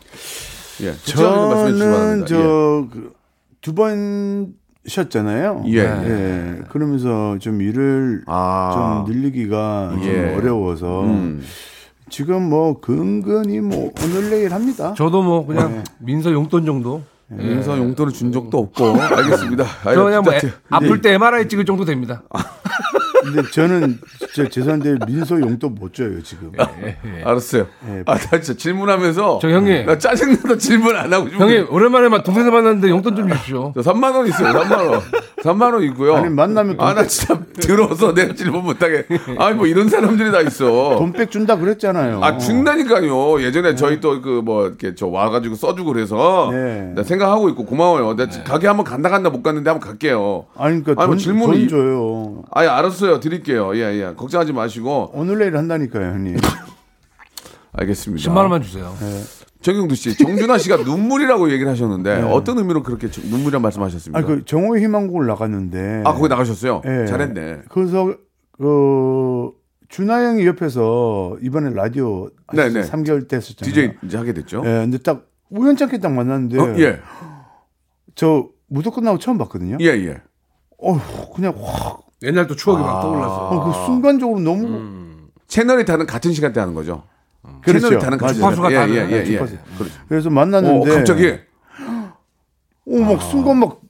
예, 구체적인 거 말씀해 주시기
저는 그
바랍니다. 예.
저두 번 쉬었잖아요.
예.
예. 그러면서 좀 일을
아.
좀 늘리기가
예. 음.
좀 어려워서 지금 뭐 근근히 뭐 오늘 내일 합니다.
저도 뭐
네.
그냥 민서 용돈 정도.
예.
네.
민서 용돈을 준 적도 없고
*laughs*
알겠습니다.
저 그냥 뭐 애-
아, 진짜 예. 아,
아플 때 MRI 찍을 정도 됩니다.
근데 저는 진짜 죄송한데 민소 용돈 못 줘요 지금.
예. 알았어요.
네.
아, 나 진짜 질문하면서
예. 저 형님.
나 짜증나서 질문 안 하고 싶은
형님 오랜만에 막 동생 만났는데 용돈 좀 주십시오.
아, 저 3만 원 있어요. 3만 원. 3만 원 있고요.
아니, 만나면 돈-
아, 나 진짜 들어서 내가 질문 못 하게. 아니 뭐 이런 사람들이 다 있어.
돈백 준다 그랬잖아요.
아, 준다니까요. 예전에 저희 또 그 뭐 이렇게 저 와가지고 써주고 그래서
네.
나 생각하고 있고 고마워요. 나 지- 가게 한번 간다 간다 못 갔는데 한번 갈게요.
아니 그러니까
아니, 뭐
돈,
질문이-
돈 줘요.
아예 알았어요. 드릴게요. 예, 예. 걱정하지 마시고.
오늘 내일 한다니까요 형님.
알겠습니다.
10만 원만 주세요.
예. 정경두 씨, 정준하 씨가 눈물이라고 얘기를 하셨는데 어떤 의미로 그렇게 저- 눈물이란 말씀하셨습니까? 아,
네. 아그 정호의 희망곡을 나갔는데.
거기 아, 나가셨어요?
예.
잘했네.
그래서 그 준하 형이 옆에서 이번에 라디오
네, 네.
3개월 때 했었잖아요.
DJ 이제 하게 됐죠.
예, 근데 딱 우연찮게 딱 만났는데
어, 예,
저 무대 끝나고 처음 봤거든요.
예, 예.
어휴, 그냥 확
옛날 또 추억이 막 떠올라서.
아.
어, 그 순간적으로 너무
음. 채널이 다는 같은 시간대 하는 거죠. 채널이
그렇죠.
다는 같은
맞아요.
시간대.
주파수가
예, 예,
다르네,
예, 예.
주파수.
그렇죠.
그래서
어,
만났는데
갑자기
어, 막 순간 막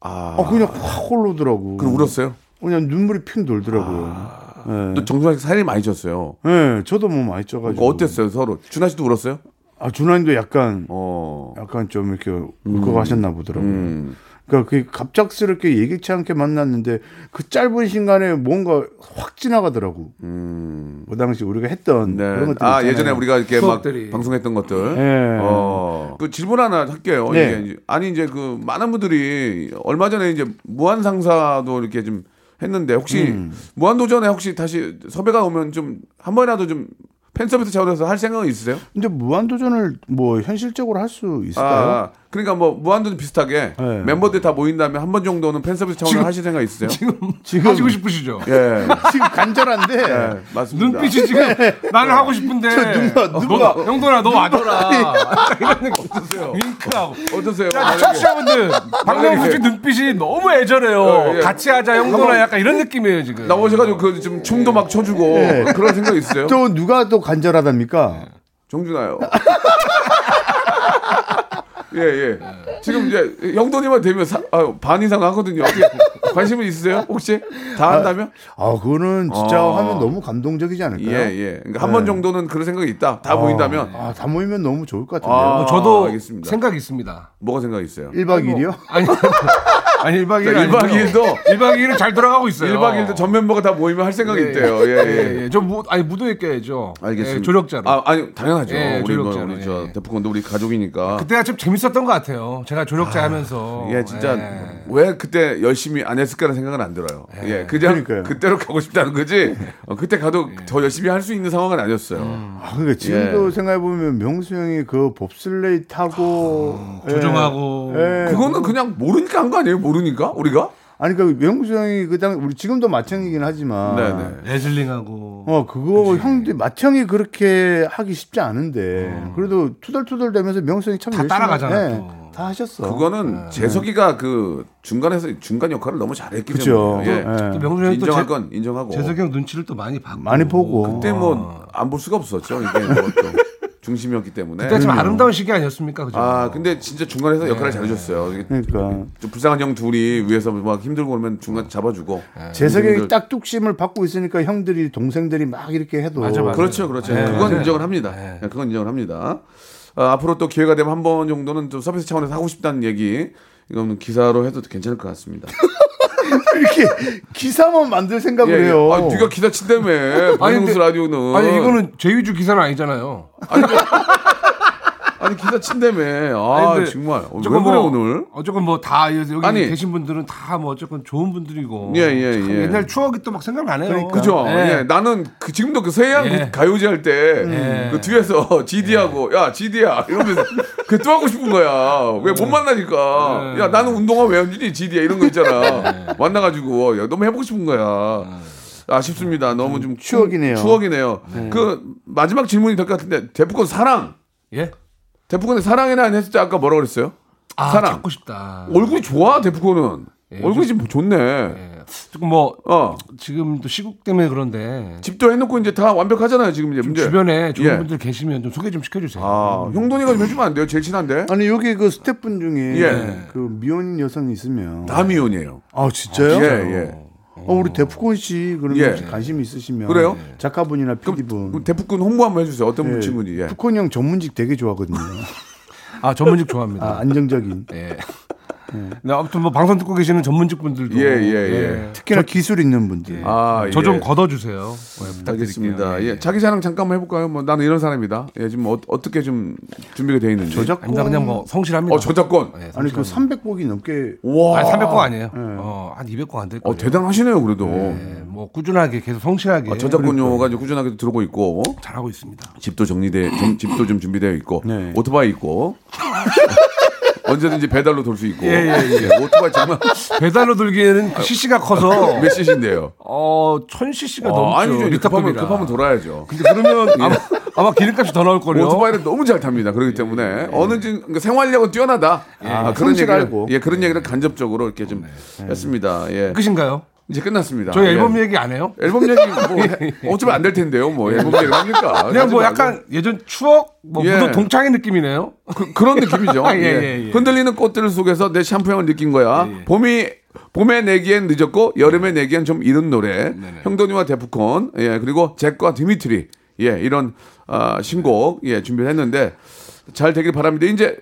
아,
어, 그냥 확 올라오더라고.
그럼 울었어요? 아.
그냥 눈물이 핑 돌더라고요. 예.
또 정준하 씨 살이 많이 쪘어요.
예, 저도 뭐 많이 쪄가지고.
그거 어땠어요 서로? 준하 씨도 울었어요?
아, 준하님도 약간,
어.
약간 좀 이렇게 울컥하셨나 보더라고요.
음.
그러니까 그 갑작스럽게 예기치 않게 만났는데 그 짧은 순간에 뭔가 확 지나가더라고. 그 당시 우리가 했던
음. 네.
그런 것들.
아
있잖아요.
예전에 우리가 이렇게
추억들이.
막 방송했던 것들.
예.
어. 그 질문 하나 할게요.
네.
이게 이제- 아니 이제 그 많은 분들이 얼마 전에 이제 무한 상사도 이렇게 좀 했는데 혹시
음.
무한 도전에 혹시 다시 섭외가 오면 좀 한 번이라도 좀 팬서비스 차원에서 할 생각은 있으세요?
근데 무한도전을 뭐 현실적으로 할 수 있을까요?
아, 그러니까 뭐 무한도전 비슷하게
네.
멤버들 다 모인 다음에 한 번 정도는 팬서비스 차원으로 하실 생각 있으세요?
지금
하시고 싶으시죠?
예.
*laughs* 지금 간절한데
예, 맞습니다.
눈빛이 지금 나는 하고 싶은데.
누가
어,
누가
너, 형돈아 너 와줘라. 약간 이런 느낌.
어떠세요?
윙크하고.
어떠세요?
자, 청취자분들 아, 박명수 씨 눈빛이 너무 애절해요.
예, 예.
같이 하자 형돈아 약간 이런 느낌이에요 지금.
나오셔가지고 그 좀 춤도 막 춰주고 그런 생각 있어요?
또 누가 또 간절하답니까?
정준하요. *laughs* 예, 예. 지금 이제 형돈이만 되면 사- 아유, 반 이상 하거든요. 어떻게 관심은 있으세요? 혹시? 다 한다면?
아 그거는 진짜
아.
하면 너무 감동적이지 않을까요?
예, 예. 그러니까 한 번 정도는 그런 생각이 있다. 다 모인다면.
아, 다 모이면 너무 좋을 것
아,
같은데요.
어, 저도
알겠습니다.
생각 있습니다.
뭐가 생각이 있어요?
1박 2일이요?
아니 *laughs* 아니 1박 2일
자, 1박 2일도
1박 2일은 잘 돌아가고 있어요.
1박 2일도 전 멤버가 다 모이면 할 생각이 있대요. 예, 예.
예, 예. 저 무, 아니 무도회 껴야죠.
알겠습니다.
예, 조력자로.
아, 아니, 당연하죠.
예,
우리, 뭐,
조력자로,
우리 저
예.
데프콘도 우리 가족이니까.
그때가 좀 재밌었던 것 같아요. 제가 조력자 하면서.
예, 진짜
예.
왜 그때 열심히 안 했을까라는 생각은 안 들어요. 예, 그냥
그러니까요.
그때로 가고 싶다는 거지.
예.
어, 그때 가도 더 열심히 할 수 있는 상황은 아니었어요.
음.
아, 그러니까 지금도
예.
생각해보면 명수 형이 그 봅슬레이 타고
아,
조정하고.
예.
그거는 그냥 모르니까 한 거 아니에요? 모르니까 우리가?
어?
아니 그러니까 명수 형이 그당 우리 지금도 마청이긴 하지만
네네.
레슬링하고.
어 그거 형들 마청이 그렇게 하기 쉽지 않은데
어.
그래도 투덜투덜 대면서 명수 형이 참
다
열심히
따라가잖아,
예,
또.
다 하셨어.
예.
그거는 재석이가 그 중간에서 중간 역할을 너무 잘했기
그죠.
때문에 예.
또 명수 형이 또
인정할
재,
건 뭐. 인정하고
재석이 어. 형 눈치를 또 많이 봤고.
많이 보고.
그때 뭐 안 볼 수가 없었죠. 이게 뭐또 중심이었기 때문에.
그때 예. 참 아름다운 시기 아니었습니까? 그죠?
음. 아 근데 진짜 중간에서 역할을 잘해줬어요. 이게
그러니까
좀 불쌍한 형 둘이 위에서 막 힘들고 그러면
예.
중간 잡아주고
재석이 딱 뚝심을 받고 있으니까 형들이 동생들이 막 이렇게 해도
맞아, 네. 맞아.
그렇죠, 그렇죠. 그건 인정을 합니다. 예, 그건 인정을 합니다. 아, 앞으로 또 기회가 되면
*laughs*
한 번 정도는 좀 서비스 차원에서 하고 싶다는 얘기 이거는 기사로 해도 괜찮을 것 같습니다.
이렇게 *laughs* 기사만 만들 생각을
그- 예, 예.
해요.
아, 네가 기사 친다며. 박명수
근데-
라디오는.
아니 이거는 제 위주 기사는 아니잖아요.
아니, 기사 친다며. 아,
아니, 근데
정말. 왜 그래,
조금 뭐-
오늘?
어, 조금 뭐다 여기
아니.
계신 분들은 다 뭐 어쨌건 좋은 분들이고.
예, 예,
참
예.
옛날 추억이 또 막 생각나네요.
그죠?
예.
예, 나는 그, 지금도 그 서양
예.
가요제 할 때 그 뒤에서 *laughs* GD하고 야 GD야 이러면서 그 또 하고 싶은 거야. 왜 못 만나니까?
예.
야 나는 운동화 왜 안 주니 GD야 이런 거 있잖아. 만나가지고 어, 야 너무 해보고 싶은 거야. 아쉽습니다. 너무 좀
추억이네요.
추억이네요. 그 마지막 질문이 될 것 같은데 대포권 사랑.
예?
대포권의 사랑이나 안 했을 때 아까 뭐라 그랬어요?
아,
사랑.
찾고 싶다.
얼굴이 좋아 대포권은. 얼굴이 지금 좋네.
예. 조금 뭐
어
지금 또 시국 때문에 그런데
집도 해놓고 이제 다 완벽하잖아요 지금 이제
좀
문제.
주변에 좋은
예.
분들 계시면 좀 소개 좀 시켜주세요.
아, 형돈이가 좀 해주면 안 돼요? 제일 친한데?
아니 여기 그 스태프분 중에
예.
그 미혼인 여성이 있으면
다 미혼이에요.
아 진짜요?
예, 예.
어, 우리 데프콘 씨 그런
예.
혹시 관심 있으시면
그래요?
작가분이나
그럼
PD분
대북군 홍보 한번 해주세요. 어떤 분 친구인지. 예.
푸콘 형 전문직 되게
*laughs*
좋아하거든요.
아 전문직 좋아합니다.
아, 안정적인
예. 네, 아무튼 뭐 방송 듣고 계시는 전문직 분들도
예, 예, 예.
특히나 기술 있는 분들.
아,
저 좀
예.
걷어주세요. 네, 부탁드릴게요.
알겠습니다.
예.
예. 자기 자랑 잠깐만 해볼까요? 뭐 나는 이런 사람이다. 예, 지금 어, 떻게좀 준비가 돼 있는지.
아닙니다.
저작권
그냥 뭐 성실합니다.
어, 저작권.
예,
아니 그
성실합니다.
300곡이 넘게
와.
아니 300곡 아니에요. 어, 한 200곡 안될 거예요.
예. 어, 대단하시네요, 그래도.
예, 뭐 꾸준하게 계속 성실하게
아, 저작권료가 이제 꾸준하게 들어오고 있고
잘하고 있습니다.
집도 정리돼 좀- 집도 좀 준비되어 있고
네.
오토바이 있고 *laughs* 언제든지 배달로 돌 수 있고
예, 예,
예, 오토바이
*laughs*
정말
배달로 돌기에는 그 CC가 커서
몇 cc인데요?
어, 1000cc가
아, 그 어,
넘죠.
아니죠. 이제 급하면,
리터급이라.
급하면 *laughs* 돌아야죠.
근데 그러면 그 아마, 아마 기름값이 더 나올 거예요. 어,
오토바이를 너무 잘 탑니다. 그렇기 때문에
예,
어느 지 그러니까 생활력은 뛰어나다. 아, 그런
성실
얘기를
알고.
예 그런
네.
얘기를 간접적으로 이렇게 좀 했습니다. 예
끝인가요?
이제 끝났습니다.
네. 그 저희
예.
앨범 얘기 안 해요?
앨범 얘기
*laughs*
뭐 어쩌면 안 될 텐데요. 뭐 앨범 얘기를 합니까?
그냥 뭐
하지 말고.
약간 예전 추억, 뭐
예.
무도 동창의 느낌이네요.
그, 그런
*laughs*
*laughs*
느낌이죠.
예,
예.
예, 예.
흔들리는 꽃들 속에서 내 샴푸 향을 느낀 거야.
예,
봄이 봄에 내기엔 늦었고 여름에
네.
내기엔 좀 이른 노래. 형돈이와 데프콘 예 그리고 잭과 디미트리 예 이런 아, 신곡 예 준비를 했는데 잘 되길 바랍니다. 이제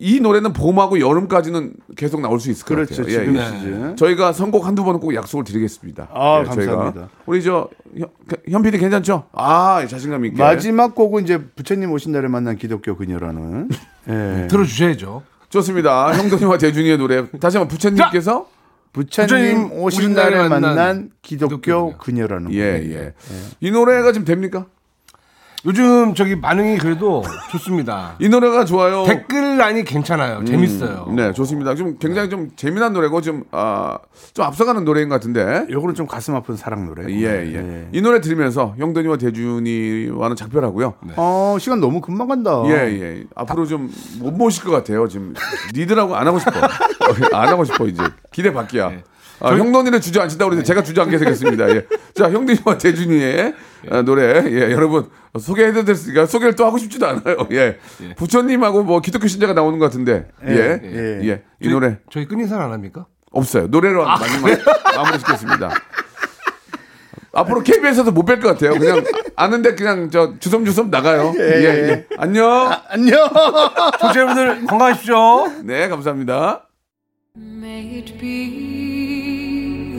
이 노래는 봄하고 여름까지는 계속 나올 수 있을 것
그렇죠.
같아요. 예,
지금
예.
시즌.
저희가 선곡 한두 번은 꼭 약속을 드리겠습니다.
아,
예, 저희가.
감사합니다.
우리 저 현- 현필이 괜찮죠? 아 자신감 있게.
마지막 곡은 이제 부처님 오신 날에 만난 기독교 그녀라는 예.
들어주셔야죠.
좋습니다. 형돈이와 대준이의 노래. 다시 한번 부처님께서
부처님
부처님
오신 날에 만난 기독교 그녀라는
예,
곡.
예. 이 노래가 지금 됩니까?
요즘 저기 반응이 그래도
*laughs*
좋습니다.
이 노래가 좋아요.
댓글란이 괜찮아요. 재밌어요.
네, 좋습니다. 좀 굉장히 좀 재미난 노래고 좀, 아, 좀 앞서가는 노래인 것 같은데.
요거는 좀 가슴 아픈 사랑 노래.
예, 예. 이 노래 들으면서 형돈이와 대준이와는 작별하고요.
어 시간 너무 금방 간다.
예, 예. 앞으로 좀 못 모실 것 같아요. 지금 니들하고 안 하고 싶어. 어, 안 하고 싶어, 이제. 기대 밖이야. 아, 형돈이를 주저앉힌다고 그랬는데 제가 주저앉게 생겼습니다. 예. 자, 형돈이와 대준이의 아, 노래. 예, 여러분 그러니까 소개해드렸으니까 소개를 또 하고 싶지도 않아요. 예. 부처님하고 뭐 기독교 신자가 나오는 것 같은데. 예. 예.
예.
이 노래
저희 끈 인사는 안 합니까?
없어요. 노래로 마지막 마무리 시겠습니다. 앞으로 KBS에서 못 뵐 것 같아요. 그냥 아는데 그냥 저 주섬주섬 나가요. 예, 예. 안녕.
안녕.
청취자분들 건강하십시오.
네, 감사합니다.
May it be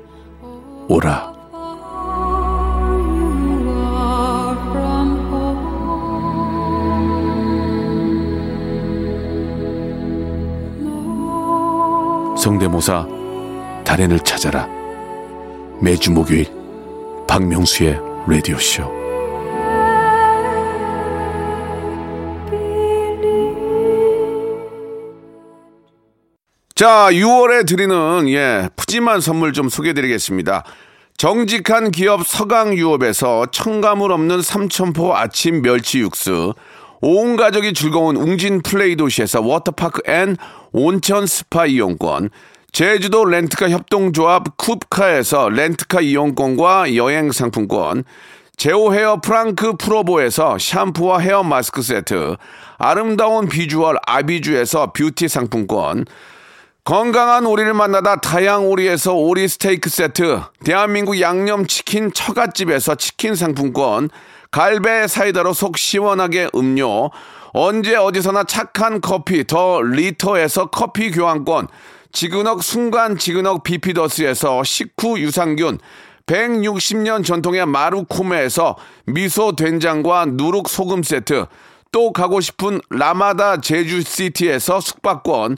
오라
far you are from home. Lord,
성대모사 달인을 찾아라 매주 목요일 박명수의 라디오 쇼.
자, 6월에 드리는 예, 푸짐한 선물 좀 소개해 드리겠습니다. 정직한 기업 서강유업에서 첨가물 없는 삼천포 아침 멸치 육수, 온 가족이 즐거운 웅진 플레이 도시에서 워터파크 앤 온천 스파 이용권, 제주도 렌트카 협동조합 쿱카에서 렌트카 이용권과 여행 상품권, 제오 헤어 프랑크 프로보에서 샴푸와 헤어 마스크 세트, 아름다운 비주얼 아비주에서 뷰티 상품권, 건강한 오리를 만나다 다양 오리에서 오리 스테이크 세트, 대한민국 양념치킨 처갓집에서 치킨 상품권, 갈배 사이다로 속 시원하게 음료, 언제 어디서나 착한 커피 더 리터에서 커피 교환권, 지그넉 순간 지그넉 비피더스에서 식후 유산균, 160년 전통의 마루코메에서 미소 된장과 누룩 소금 세트, 또 가고 싶은 라마다 제주시티에서 숙박권,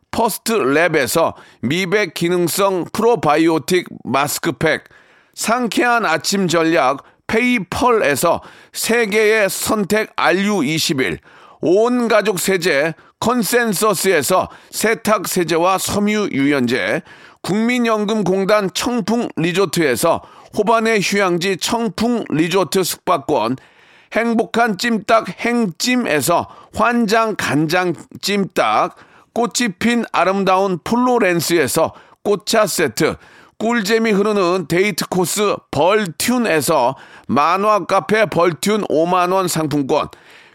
퍼스트 랩에서 미백 기능성 프로바이오틱 마스크팩, 상쾌한 아침 전략 페이펄에서 세계의 선택 RU21, 온 가족 세제 컨센서스에서 세탁 세제와 섬유 유연제, 국민연금공단 청풍 리조트에서 호반의 휴양지 청풍 리조트 숙박권, 행복한 찜닭 행찜에서 환장 간장 찜닭, 꽃이 핀 아름다운 플로렌스에서 꽃차 세트, 꿀잼이 흐르는 데이트 코스 벌튠에서 만화 카페 벌튠 5만원 상품권,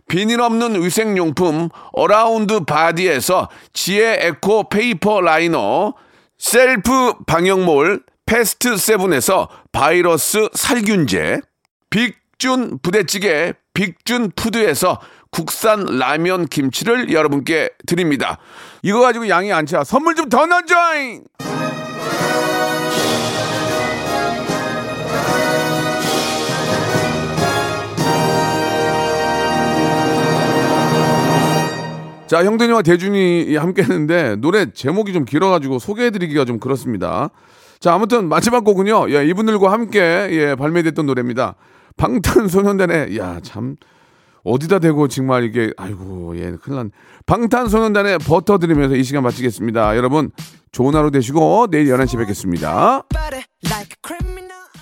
비닐 없는 위생용품 어라운드 바디에서 지혜 에코 페이퍼 라이너, 셀프 방역몰 패스트 세븐에서 바이러스 살균제, 빅준 부대찌개 빅준 푸드에서 국산 라면 김치를 여러분께 드립니다. 이거 가지고 양이 안 차. 선물 좀 더 넣어줘잉! 자, 형돈이와 대준이 함께 했는데 노래 제목이 좀 길어가지고 소개해드리기가 좀 그렇습니다. 자, 아무튼 마지막 곡은요. 예, 이분들과 함께 예, 발매됐던 노래입니다. 방탄소년단의 야, 참 어디다 대고 정말 이게 아이고 예 큰일 난 방탄소년단의 버터 드리면서 이 시간 마치겠습니다. 여러분 좋은 하루 되시고 내일 11시 뵙겠습니다.
Like a criminal.